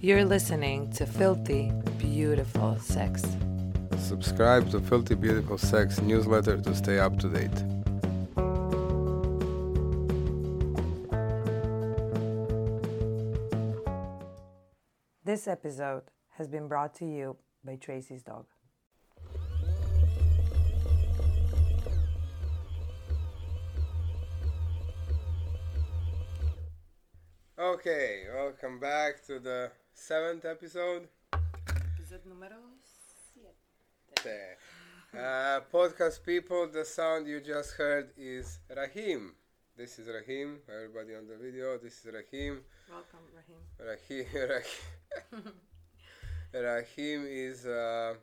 You're listening to Filthy Beautiful Sex. Subscribe to Filthy Beautiful Sex newsletter to stay up to date. This episode has been brought to you by Tracy's dog. Okay, welcome back to the seventh episode. Uh, podcast people, the sound you just heard is Rahim. This is Rahim. Everybody on the video, this is Rahim. Welcome, Rahim. Rahim, Rahim, Rahim is a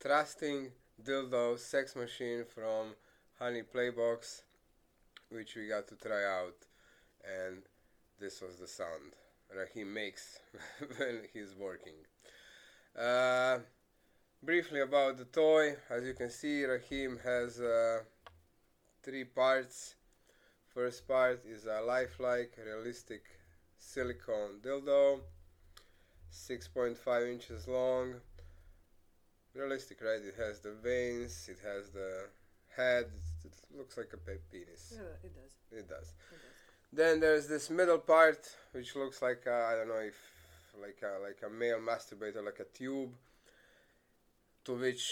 trusting dildo sex machine from Honey Playbox, which we got to try out, and this was the sound Rahim makes when he's working. Uh, briefly about the toy, as you can see, Rahim has uh, three parts. First part is a lifelike, realistic silicone dildo, 6.5 inches long. Realistic, right? It has the veins, it has the head, it looks like a pe- penis. It does. It does. Then there's this middle part, which looks like uh, I I don't know if like a, like a male masturbator, like a tube, to which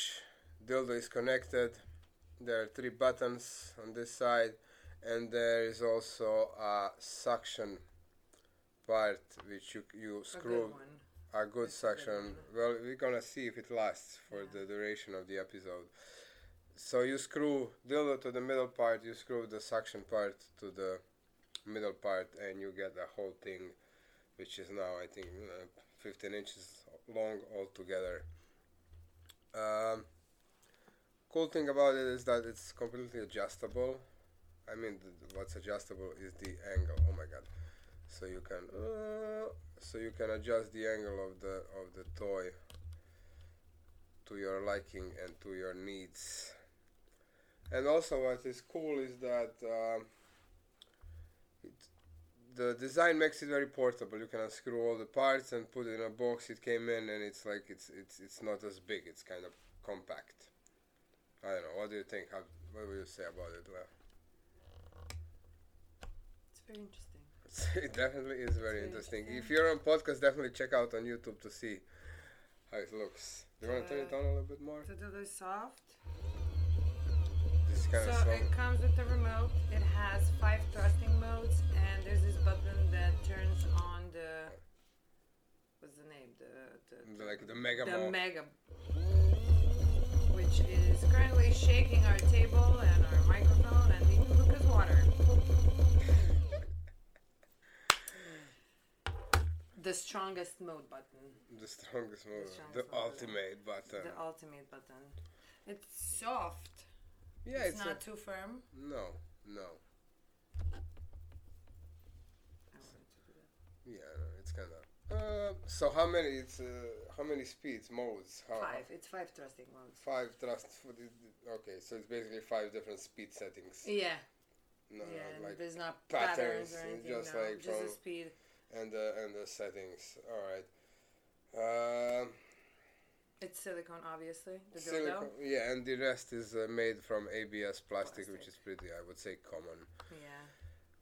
dildo is connected. There are three buttons on this side, and there is also a suction part, which you you screw a good suction. Well, we're gonna see if it lasts for the duration of the episode. So you screw dildo to the middle part, you screw the suction part to the middle part, and you get the whole thing, which is now I think uh, 15 inches long altogether. Um, cool thing about it is that it's completely adjustable. I mean, th- what's adjustable is the angle. Oh my god! So you can, uh, so you can adjust the angle of the of the toy to your liking and to your needs. And also, what is cool is that um, it, the design makes it very portable. You can unscrew all the parts and put it in a box. It came in, and it's like it's it's it's not as big. It's kind of compact. I don't know. What do you think? How, what would you say about it? Well, It's very interesting. it definitely is very very interesting. If interesting. you're on podcast, definitely check out on YouTube to see how it looks. Do you want to turn it on a little bit more? Uh, So dildo is soft. This is kind of so slow. it comes with a remote. It has five thrusting modes, and there's this button that turns on the what's the name? The the, The- Like the mega the mode. mega, which is currently shaking our table and our microphone and even Lucas water. the strongest mode button. the strongest mode. strongest The, mode. ultimate uh, button. The ultimate button. It's soft. yeah, it's, it's, not a, too firm. no, no. I wanted to do that. Yeah, no, it's kind of. Uh, so how many? It's uh, how many speeds modes? How, Five. It's five thrusting modes. Five thrust. For the, okay, so it's basically five different speed settings. Yeah. No, yeah. no, and like there's not patterns, patterns, or it's anything. just no. like just the from- speed. and the and the settings. All right. Um, It's silicone, obviously. The dildo. silicone, yeah, and the rest is uh, made from ABS plastic, Plastic. which is pretty, I would say, common. Yeah.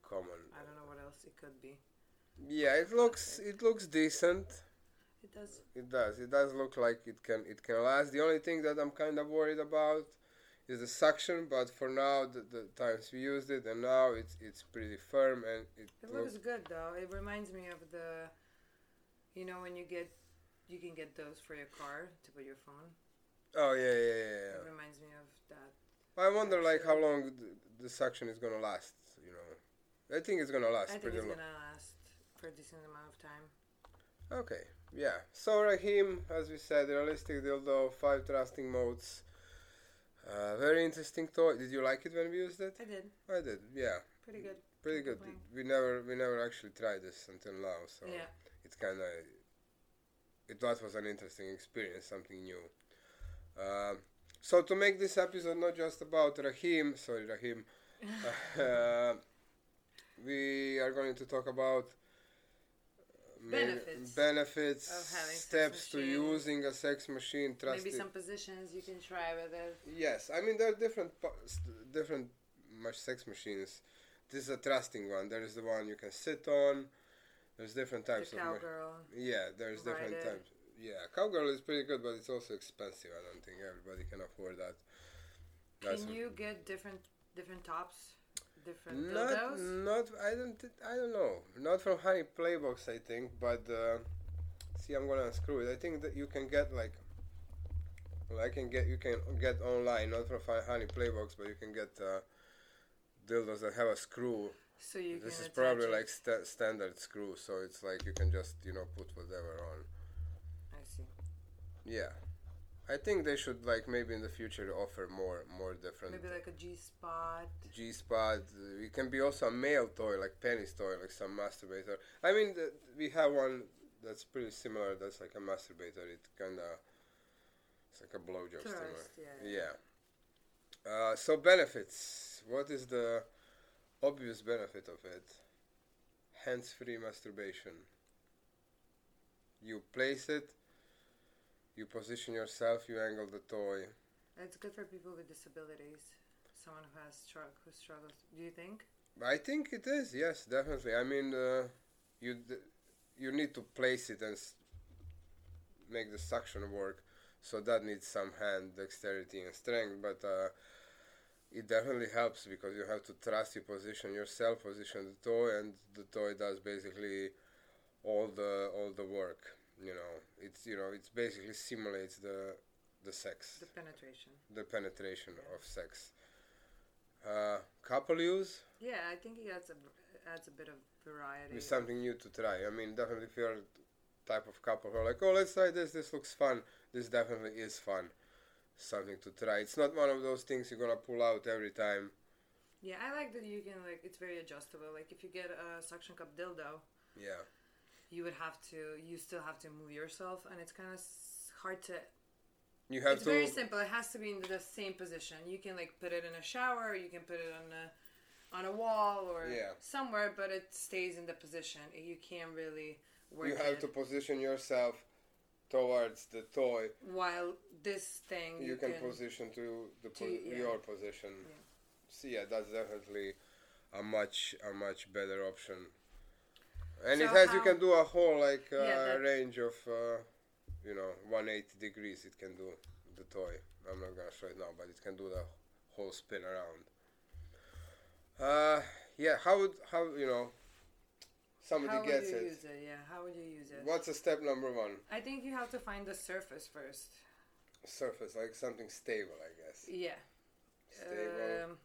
Common. I don't know what else it could be. Yeah, it looks it looks decent. It does. It does. It does look like it can it can last. The only thing that I'm kind of worried about is the suction, but for now the, the times we used it and now it's it's pretty firm and it, It looks, looks good though. It reminds me of the, you know, when you get, you can get those for your car to put your phone. Oh yeah, yeah, yeah. It yeah. reminds me of that. I wonder like how long the, the suction is going to last, you know. I think it's going to last I think pretty it's long. gonna last for a decent amount of time. Okay, yeah. So Rahim, as we said, realistic dildo, five thrusting modes. Uh, very interesting toy. Did you like it when we used it? I did. I did. Yeah, Pretty good. pretty good. Wow. We never we never actually tried this until now, so Yeah. it's kind of it that was an interesting experience, something new. Um, so to make this episode not just about Rahim, sorry Rahim, uh, we are going to talk about maybe Benefits benefits, of having sex steps to machine. using a sex machine. Trust Maybe it. some positions you can try with it. Yes, I mean there are different po- st- different much sex machines. This is a trusting one. There is the one you can sit on. There's different types the of. ma- cowgirl. yeah, there's different Rider. types. Yeah, cowgirl is pretty good, but it's also expensive. I don't think everybody can afford that. That's Can you get different different tops, different not, dildos? not. I don't. thi- I don't know. Not from Honey Playbox, I think. But uh, see, I'm gonna unscrew it. I think that you can get like. Well, I can get. You can get online, not from Fi- Honey Playbox, but you can get uh, dildos that have a screw. so you this can is attach probably it. like sta standard screw, so it's like you can just you know put whatever on. I see. Yeah, I think they should like maybe in the future offer more more different. Maybe like a G spot. G spot. uh, It can be also a male toy, like penis toy, like some masturbator. I mean, the, we have one that's pretty similar. That's like a masturbator. It kind of it's like a blowjob Thrust, stimulator. yeah, Yeah. Uh, so benefits. What is the obvious benefit of it? Hands-free masturbation. You place it. You position yourself. You angle the toy. It's good for people with disabilities. Someone who has strugg- who struggles. Do you think? I think it is. Yes, definitely. I mean, uh, you d- you need to place it and s- make the suction work, so that needs some hand dexterity and strength. But uh, it definitely helps because you have to trust you position yourself, position the toy, and the toy does basically all the all the work. You know, it's you know, it's basically simulates the the sex The penetration. the penetration of sex. Uh, couple use Yeah, I think it adds a adds a bit of variety. It's something new to try. I mean, definitely if you're type of couple who are like, oh, let's try this. This looks fun. This definitely is fun. Something to try. It's not one of those things you're gonna pull out every time. Yeah, I like that you can like it's very adjustable. Like if you get a suction cup dildo, Yeah. you would have to you still have to move yourself, and it's kind of s- hard to. You have it's to. very simple. It has to be in the same position. You can like put it in a shower. You can put it on a on a wall or Yeah. somewhere, but it stays in the position. You can't really work you have it to position yourself towards the toy. while this thing You, you, can, position to the po- to- yeah. your position. Yeah. So yeah, that's definitely a much a much better option. And it So has you how- can do a whole like uh, Yeah, that- range of uh, you know 180 degrees. It can do the toy. I'm not gonna show it now, but it can do the whole spin around. Uh, yeah. How would how you know somebody How would gets you it? use it? Yeah, how would you use it? What's a step number one? I think you have to find the surface first. Surface like something stable, I guess. Yeah. Stable. Um,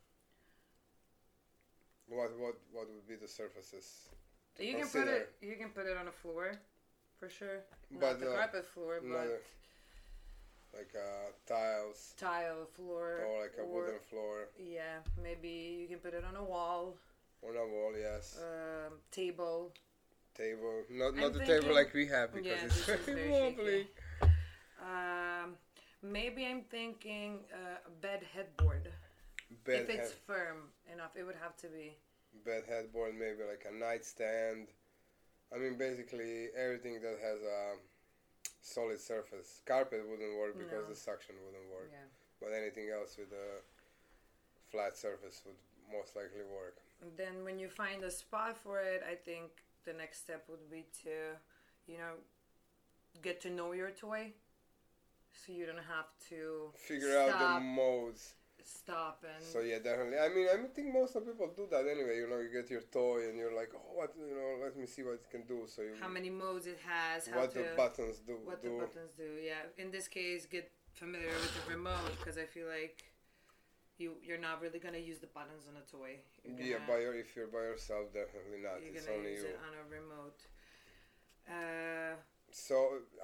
what what what would be the surfaces? to you can put consider? it. You can put it on a floor, for sure. Not But, the uh, carpet floor, but another- like uh, tiles tile floor. or Oh, like a wooden floor Yeah, maybe you can put it on a wall, on a wall yes um, table. table not not the thinking- table like we have because Yeah, it's this is very very shaky. wobbly Um, maybe I'm thinking uh, a bed headboard. bed if it's head, firm enough, it would have to be. bed headboard maybe like a nightstand i mean basically everything that has a solid surface carpet wouldn't work because No. the suction wouldn't work Yeah. but anything else with a flat surface would most likely work And then when you find a spot for it, I think the next step would be to, you know, get to know your toy, so you don't have to figure out stop- the modes stop and So yeah, definitely. I mean, I think most of people do that anyway. You know, you get your toy and you're like, oh, what? You know, let me see what it can do. So you, how many modes it has, how what to the buttons do? what the do. buttons do. Yeah, in this case, get familiar with the remote because I feel like you you're not really gonna use the buttons on a toy. You're yeah, gonna- by your, if you're by yourself, definitely not. you're it's gonna only use you. it on a remote. Uh, So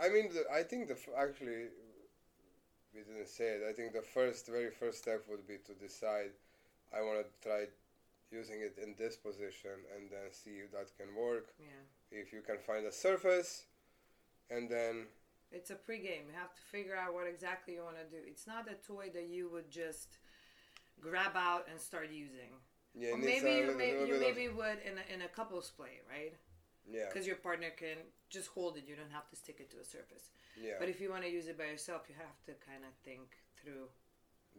I mean, the, I think the f- actually we didn't say it. I think the first, very first step would be to decide I want to try using it in this position and then see if that can work. yeah. If you can find a surface, and then It's a pregame. You have to figure out what exactly you want to do. It's not a toy that you would just grab out and start using. yeah, Or it needs maybe uh, a you, little, may, little you bit of maybe would in a, in a couples play, right? Yeah. because your partner can just hold it. You don't have to stick it to a surface. Yeah. But if you want to use it by yourself, you have to kind of think through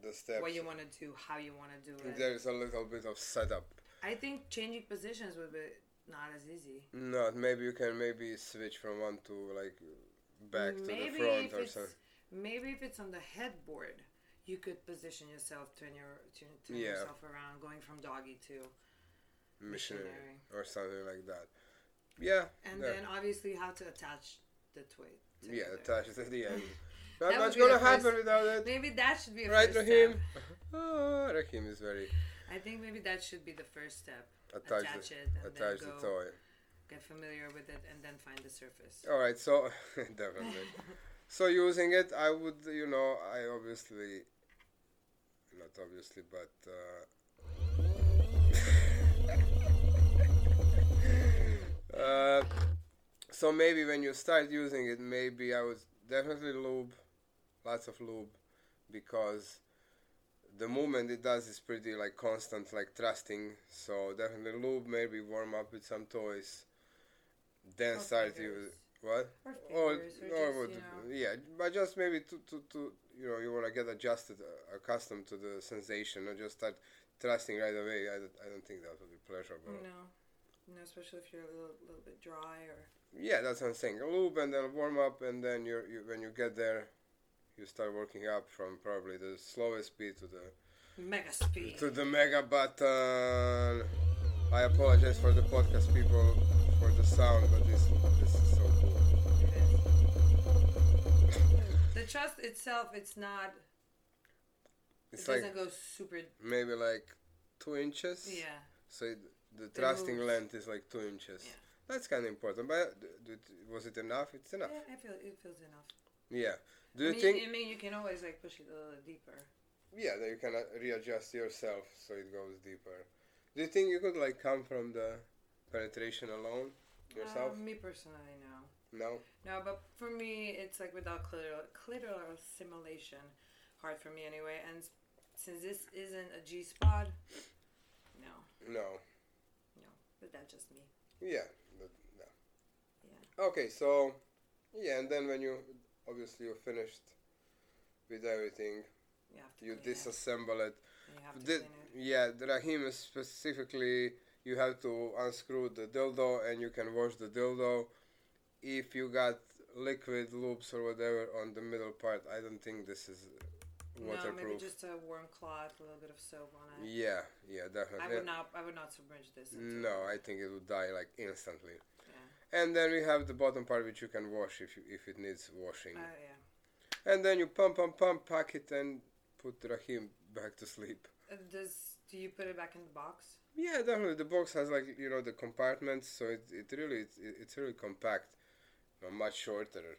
the steps. what you want to do, how you want to do it. There is a little bit of setup. I think changing positions would be not as easy. No, maybe you can maybe switch from one to like back to the maybe front if or it's something. maybe if it's on the headboard, you could position yourself, turn your turn, turn Yeah. yourself around, going from doggy to Missionary, missionary. or something like that. Yeah. and there. then obviously how to attach the twig. yeah, together. attach it at the end. Not That would much be gonna the happen first- without it. Maybe that should be a Right, first Raheem? step. Oh, Raheem is very I think maybe that should be the first step. attached. Attach the, it and then attach go. the toy. Oh, Get familiar with it and then find the surface. All right, so definitely. so using it, I would, you know, I obviously, not obviously, but. Uh, Uh, so maybe when you start using it, maybe I would definitely lube, lots of lube, because the movement it does is pretty like constant, like thrusting. So definitely lube, maybe warm up with some toys, then Or start fingers. you oh, what Or or, fingers, or, or just, would, you know, yeah, but just maybe to, to, to you know you want to get adjusted, uh, accustomed to the sensation, and just start thrusting right away. I don't, I don't think that would be pleasurable. No, no, especially if you're a little, little bit dry or Yeah, that's what I'm saying. A loop and then warm up, and then you're, you when you get there, you start working up from probably the slowest speed to the mega speed. to the mega button. I apologize for the podcast people for the sound, but this this is so cool. the trust itself, it's not. It's it like doesn't go super. maybe like two inches. Yeah, So it, the thrusting moves. length is like two inches. Yeah. That's kind of important. But d- d- was it enough? It's yeah, enough. I feel it feels enough. Yeah. Do you I mean, think? I mean, you can always like push it a little deeper. Yeah, that you can uh, readjust yourself so it goes deeper. Do you think you could like come from the penetration alone yourself? Uh, me personally, no. no. No, but for me, it's like without clitoral, clitoral stimulation, hard for me anyway. And s- since this isn't a G spot, no, No. no. But that's just me. Yeah. But, no. Yeah. Okay, so yeah, and then when you obviously you're finished with everything, You have to. you clean it, disassemble it. and you have to Did, clean it. yeah, the Rahim is specifically you have to unscrew the dildo and you can wash the dildo. If you got liquid loops or whatever on the middle part, I don't think this is No, maybe waterproof. just a warm cloth, a little bit of soap on it. yeah, yeah, I definitely. would not. I would not submerge this. into- no, I think it would die like instantly. Yeah. And then we have the bottom part which you can wash if you, if it needs washing. Oh yeah. and then you pump, pump, pump, pack it, and put Rahim back to sleep. Uh, Does do you put it back in the box? Yeah, definitely. The box has like you know the compartments, so it, it really it's, it, it's really compact, you know, much shorter.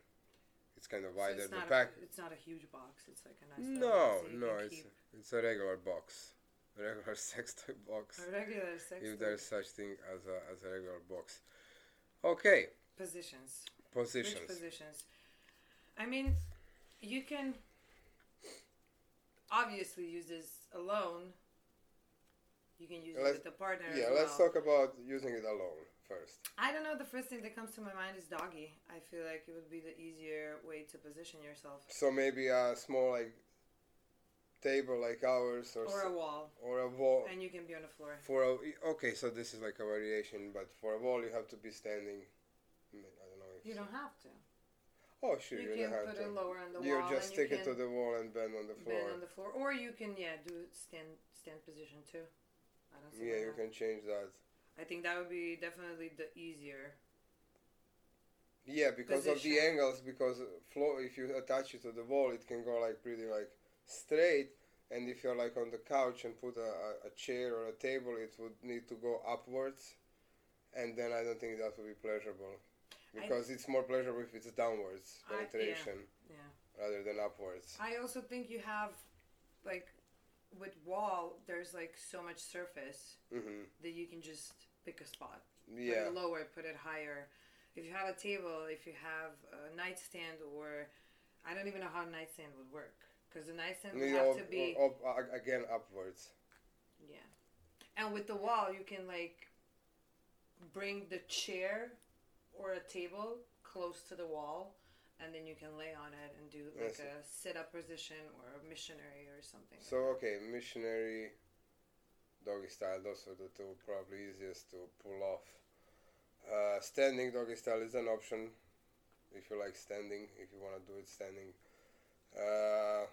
It's kind of So wider. it's the not pack. A, it's not a huge box. It's like a nice. little No, box that you no, can it's keep. it's a regular box, a regular sex toy box, a regular sex if toy there's such thing as a as a regular box. Okay, positions. positions. Which positions? I mean, you can obviously use this alone. You can use Let's- it with a partner. yeah, as well. let's talk about using it alone first. I don't know. The first thing that comes to my mind is doggy. I feel like it would be the easier way to position yourself, So maybe a small like table like ours or or a so- wall, or a wall. and you can be on the floor. For a okay, so this is like a variation, but for a wall you have to be standing. I mean, I don't know. If You don't have to. Oh, sure, you you, can don't have put to. it lower on the you wall just and stick you it can to the wall and bend on the bend floor. on the floor, or you can yeah do stand stand position too. I don't see. yeah, why you not. can change that. I think that would be definitely the easier. Yeah, because of the Position. angles, because floor. If you attach it to the wall, it can go like pretty like straight. And if you're like on the couch and put a, a- a chair or a table, it would need to go upwards, and then I don't think that would be pleasurable, I- because it's more pleasurable if it's downwards I- yeah. penetration Yeah. rather than upwards. I also think you have like with wall, there's like so much surface hmm that you can just pick a spot. Yeah, Put it lower, put it higher. If you have a table, if you have a nightstand, or I don't even know how a nightstand would work because the nightstand would Maybe have up- to be up- a- again upwards. yeah. And with the wall, you can like bring the chair or a table close to the wall, and then you can lay on it and do like Yes. a sit up position or a missionary or something. So okay, missionary, doggy style. Those are the two probably easiest to pull off. Uh, standing doggy style is an option if you like standing. If you want to do it standing, uh,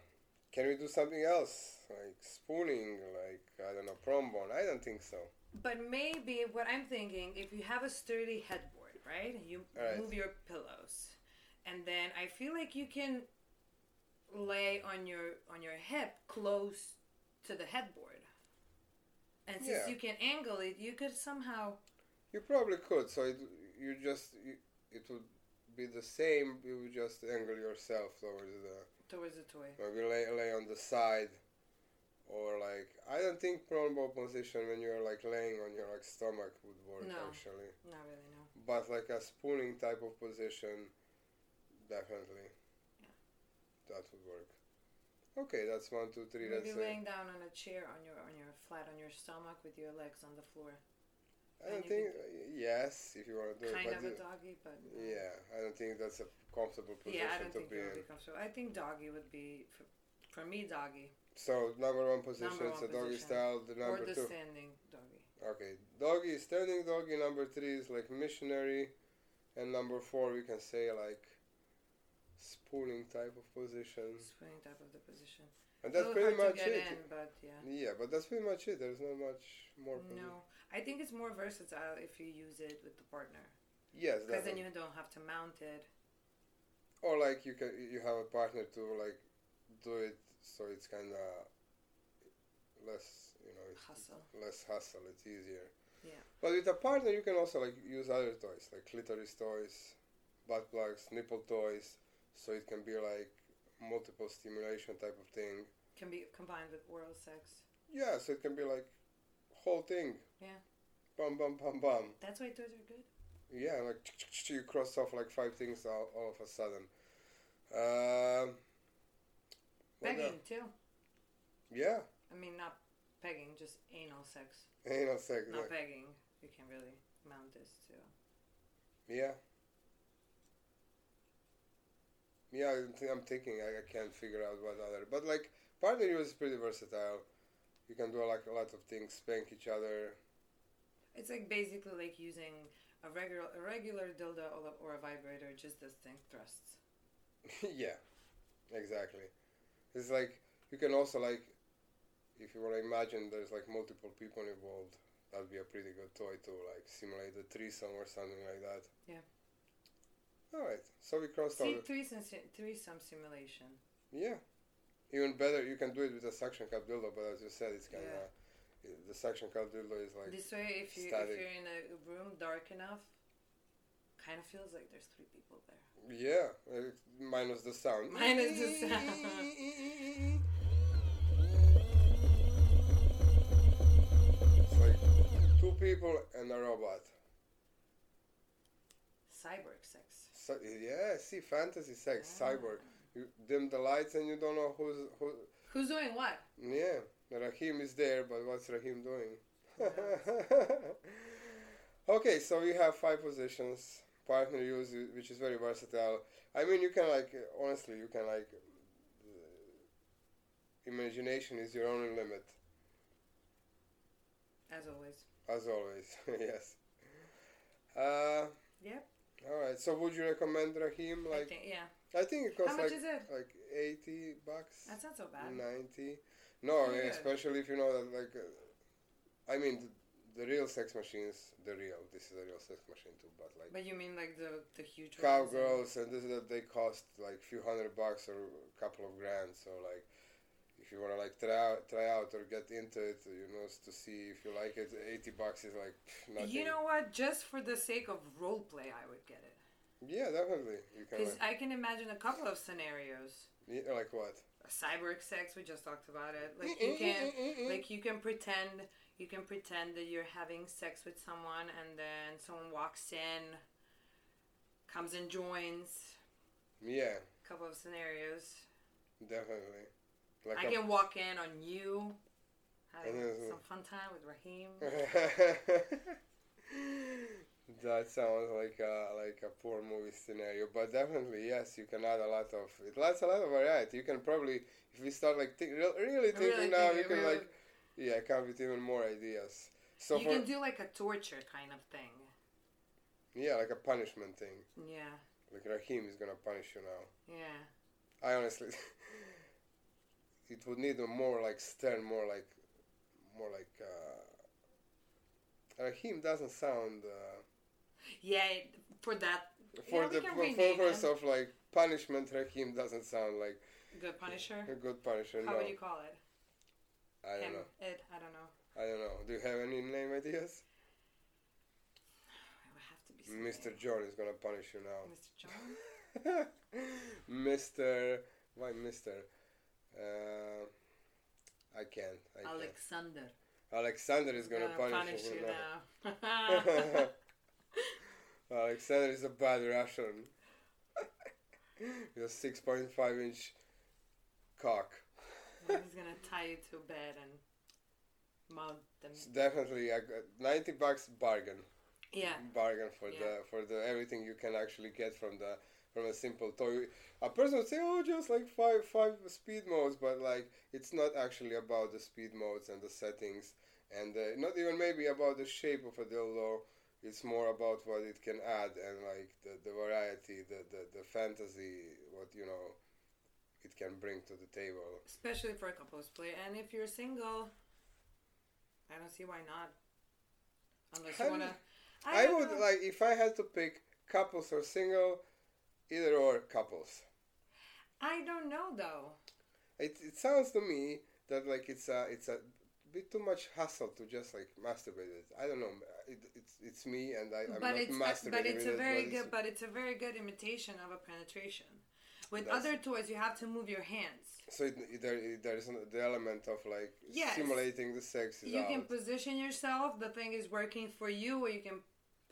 can we do something else like spooning? Like I don't know, trombone. I don't think so. But maybe what I'm thinking, if you have a sturdy headboard, right? You Alright. move your pillows, and then I feel like you can lay on your on your hip close to the headboard, and since Yeah. you can angle it, you could somehow. You probably could. So it, you just you, it would be the same. You would just angle yourself towards the. Towards the toy. Maybe lay, lay on the side, or like I don't think prone ball position when you're like laying on your like stomach would work No. actually. Not really, no. But like a spooning type of position, definitely, that would work. Okay, that's one, two, three. Maybe That's it. laying down on a chair on your on your flat on your stomach with your legs on the floor. I and don't you think yes, if you want to do Kind it, of but a it- doggy, but no. yeah, I don't think that's a comfortable position yeah, I don't to think be it would in. be comfortable. I think doggy would be for, for me doggy So number one position, Number it's a one doggy position. style. The number or the two. standing doggy. Okay, doggy, standing doggy number three is like missionary, and number four we can say like spooning type of position, Spinning type of the position. and Mm. a that's little pretty hard much to get in, it. but yeah. Yeah, but that's pretty much it. There's not much more. posi- No, I think it's more versatile if you use it with the partner, Yes, because that. then you don't have to mount it. Or like you can you have a partner to like do it, so it's kind of less you know it's Hustle. less hustle. It's easier. Yeah. But with a partner, you can also like use other toys, like clitoris toys, butt plugs, nipple toys. So it can be like multiple stimulation type of thing. Can be combined with oral sex. Yeah, so it can be like whole thing. Yeah. Bum bum bum bum. That's why toys are good. Yeah, like you cross off like five things all, all of a sudden. Um. what Pegging too. the- Yeah, I mean, not pegging, just anal sex. anal sex. Not like- pegging. You can really mount this too. Yeah. Yeah, I'm, th- I'm thinking I, I can't figure out what other, but like partner use is pretty versatile. You can do like a lot of things, spank each other. It's like basically like using a regular a regular dildo or a- or a vibrator, just this thing thrusts. yeah, exactly. It's like you can also like, if you want to imagine, there's like multiple people involved. That'd be a pretty good toy to like simulate a threesome or something like that. Yeah. All right, so we crossed all. See, The, threesome, si- threesome simulation. Yeah. Even better, you can do it with a suction cup dildo, but as you said, it's kind Yeah. of the suction cup dildo is like This way, if you static. if you're in a room dark enough, kind of feels like there's three people there. yeah, uh, minus the sound. Minus the sound. It's like two people and a robot. Cyborg sex. So, yeah, see, fantasy sex, Ah. cyborg. You dim the lights and you don't know who's who. Who's doing what? Yeah, Rahim is there, but what's Rahim doing? okay, so we have five positions. Partner use, which is very versatile. I mean, you can like honestly, you can like. Uh, imagination is your only limit, As always. as always. yes. Uh, Yep. all right. So, would you recommend Rahim? I Like, think yeah. I think it How costs much like is it? like eighty bucks. That's not so bad. 90 no Pretty good. especially if you know that like uh, i mean the, the real sex machines the real this is a real sex machine too but like But you mean like the the huge ones and- cowgirls and this that they cost like few hundred bucks or a couple of grand so like if you want to like try out, try out or get into it you know s- to see if you like it 80 bucks is like pff, nothing You know what? Just for the sake of role play, I would get it yeah definitely you can because like, I can imagine a couple of scenarios. yeah, like what cyborg sex we just talked about it like Mm, you can like you can pretend you can pretend that you're having sex with someone and then someone walks in comes and joins yeah couple of scenarios definitely like i a- can walk in on you having Mhm. some fun time with raheem That sounds like a, like a poor movie scenario, but definitely yes, you can add a lot of it. Lots a lot of variety. You can probably if we start like think, real- really thinking now, think you can really- like yeah, come with even more ideas. So you for can do like a torture kind of thing. yeah, like a punishment thing. Yeah, Like Rahim is gonna punish you now. yeah. I honestly, it would need a more like stern, more like, more like. uh Rahim doesn't sound. uh Yeah, it- for that, for Yeah, we the can for- rename purpose him. of like punishment, Rakim doesn't sound like the Punisher. a good punisher. How no, would you call it? I don't Him, know. it, I don't know. I don't know. Do you have any name ideas? It would have to be something. Mr. John is gonna punish you now. Mr. John. Mr. Why Mr. Uh, I can't. I can't. Alexander. Alexander is gonna, Gonna punish, you, you now. now. Alexander is a bad Russian. With a six point five inch cock. He's gonna tie you to a bed and mug them. It's definitely a good- ninety bucks bargain. Yeah, bargain for Yeah. the for the everything you can actually get from the from a simple toy. A person would say, "Oh, just like five five speed modes," but like it's not actually about the speed modes and the settings, and uh, not even maybe about the shape of a dildo. It's more about what it can add and like the, the variety, the, the the fantasy, what you know, it can bring to the table. especially for a couples play. And if you're single, I don't see why not. Unless you I'm- wanna. I, don't would know. like if I had to pick couples or single, either or couples. I don't know though. It, it sounds to me that like it's a it's a bit too much hassle to just like masturbate it. I don't know. It, it's it's me and I, I'm but not it's masturbating. but it's with a it, very it's- good but it's a very good imitation of a penetration. With That's- other toys, you have to move your hands. So it, it- there it- there is an, the element of like Yes. simulating the sex is you out. can position yourself the thing is working for you or you can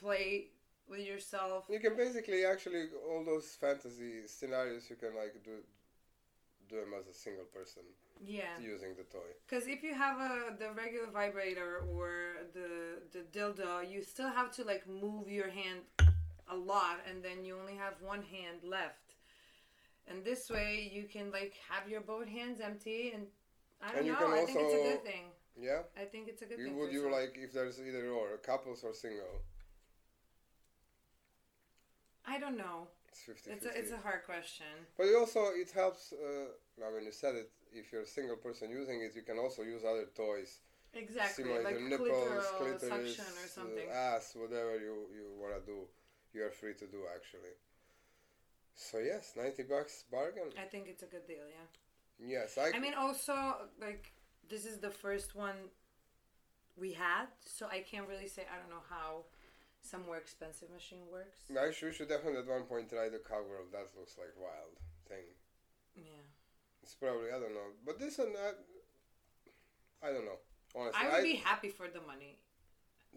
play with yourself you can basically actually all those fantasy scenarios you can like do do them as a single person yeah using the toy. because if you have a the regular vibrator or the the dildo you still have to like move your hand a lot and then you only have one hand left and this way you can like have your both hands empty and i don't And you know can i think it's a also- good thing Yeah. i think it's a good You, thing would for you some- like if there's either or couples or single? i don't know It's 50 it's a, it's a hard question But it also it helps. Uh, I mean, you said it. If you're a single person using it, you can also use other toys, exactly similar like to nipples, clitoral clitoris, suction or uh, something ass, whatever you you wanna do, you are free to do actually. So yes, ninety bucks bargain. I think it's a good deal, yeah. Yes, I, I mean, also, like, this is the first one we had, so I can't really say I don't know how some more expensive machine works. I should, we should definitely at one point try the cowgirl. That looks like wild thing. Yeah. It's probably I don't know, but this one I, I don't know. Honestly, I would be happy for the money.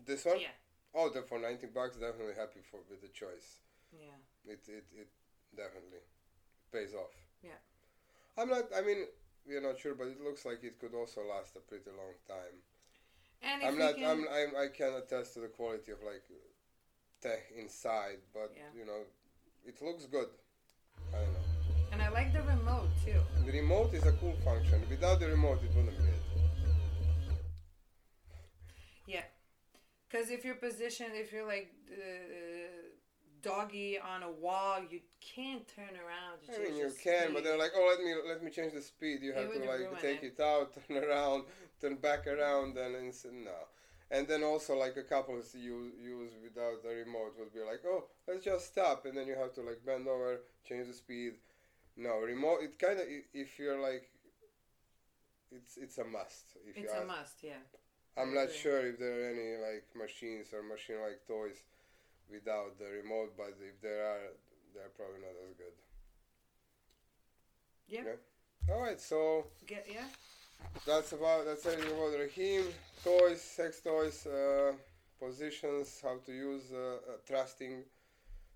this one. Yeah. Oh, the for ninety bucks, definitely happy for with the choice. Yeah. It it it definitely pays off. Yeah. I'm not. I mean, we're not sure, but it looks like it could also last a pretty long time. And if I'm you not. can, I'm, I'm. I can attest to the quality of like tech inside, but Yeah. you know, it looks good. I don't know. and I like the remote too. The remote is a cool function. Without the remote, it wouldn't be it. Yeah. Because if you're positioned, if you're like uh, doggy on a wall, you can't turn around. I change mean, your you can, but speed. they're like, oh, let me let me change the speed. You It have to would like ruin take it. it. out, turn around, turn back around, and, and s- no. And then also like a couple is you use without the remote would be like, oh, let's just stop, and then you have to like bend over, change the speed. No remote. It kind of if you're like, it's it's a must. If you It's a ask. must, yeah. I'm not agree. sure if there are any like machines or machine-like toys without the remote, but if there are, they're probably not as good. Yeah. Yeah. All right, so Get, yeah. that's about that's everything about Rahim toys, sex toys, uh, positions, how to use uh, a trusting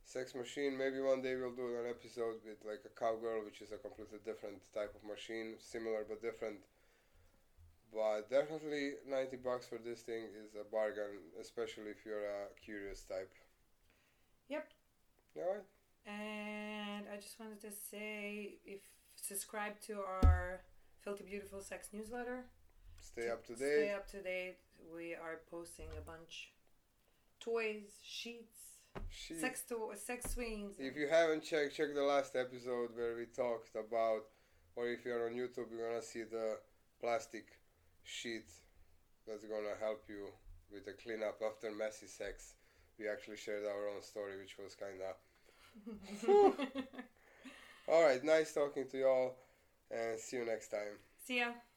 sex machine. Maybe one day we'll do an episode with like a cowgirl, which is a completely different type of machine, similar but different. But definitely, ninety bucks for this thing is a bargain, especially if you're a curious type. Yep. All right. And I just wanted to say if subscribe to our Filthy Beautiful Sex newsletter. Stay up to Stay date. up to date. We are posting a bunch toys, sheets, She- sex to sex swings. If you haven't checked, check the last episode where we talked about, or if you're on YouTube, you're gonna see the plastic sheet that's gonna help you with the cleanup after messy sex. We actually shared our own story, which was kinda. Alright, nice talking to y'all, and see you next time. See ya.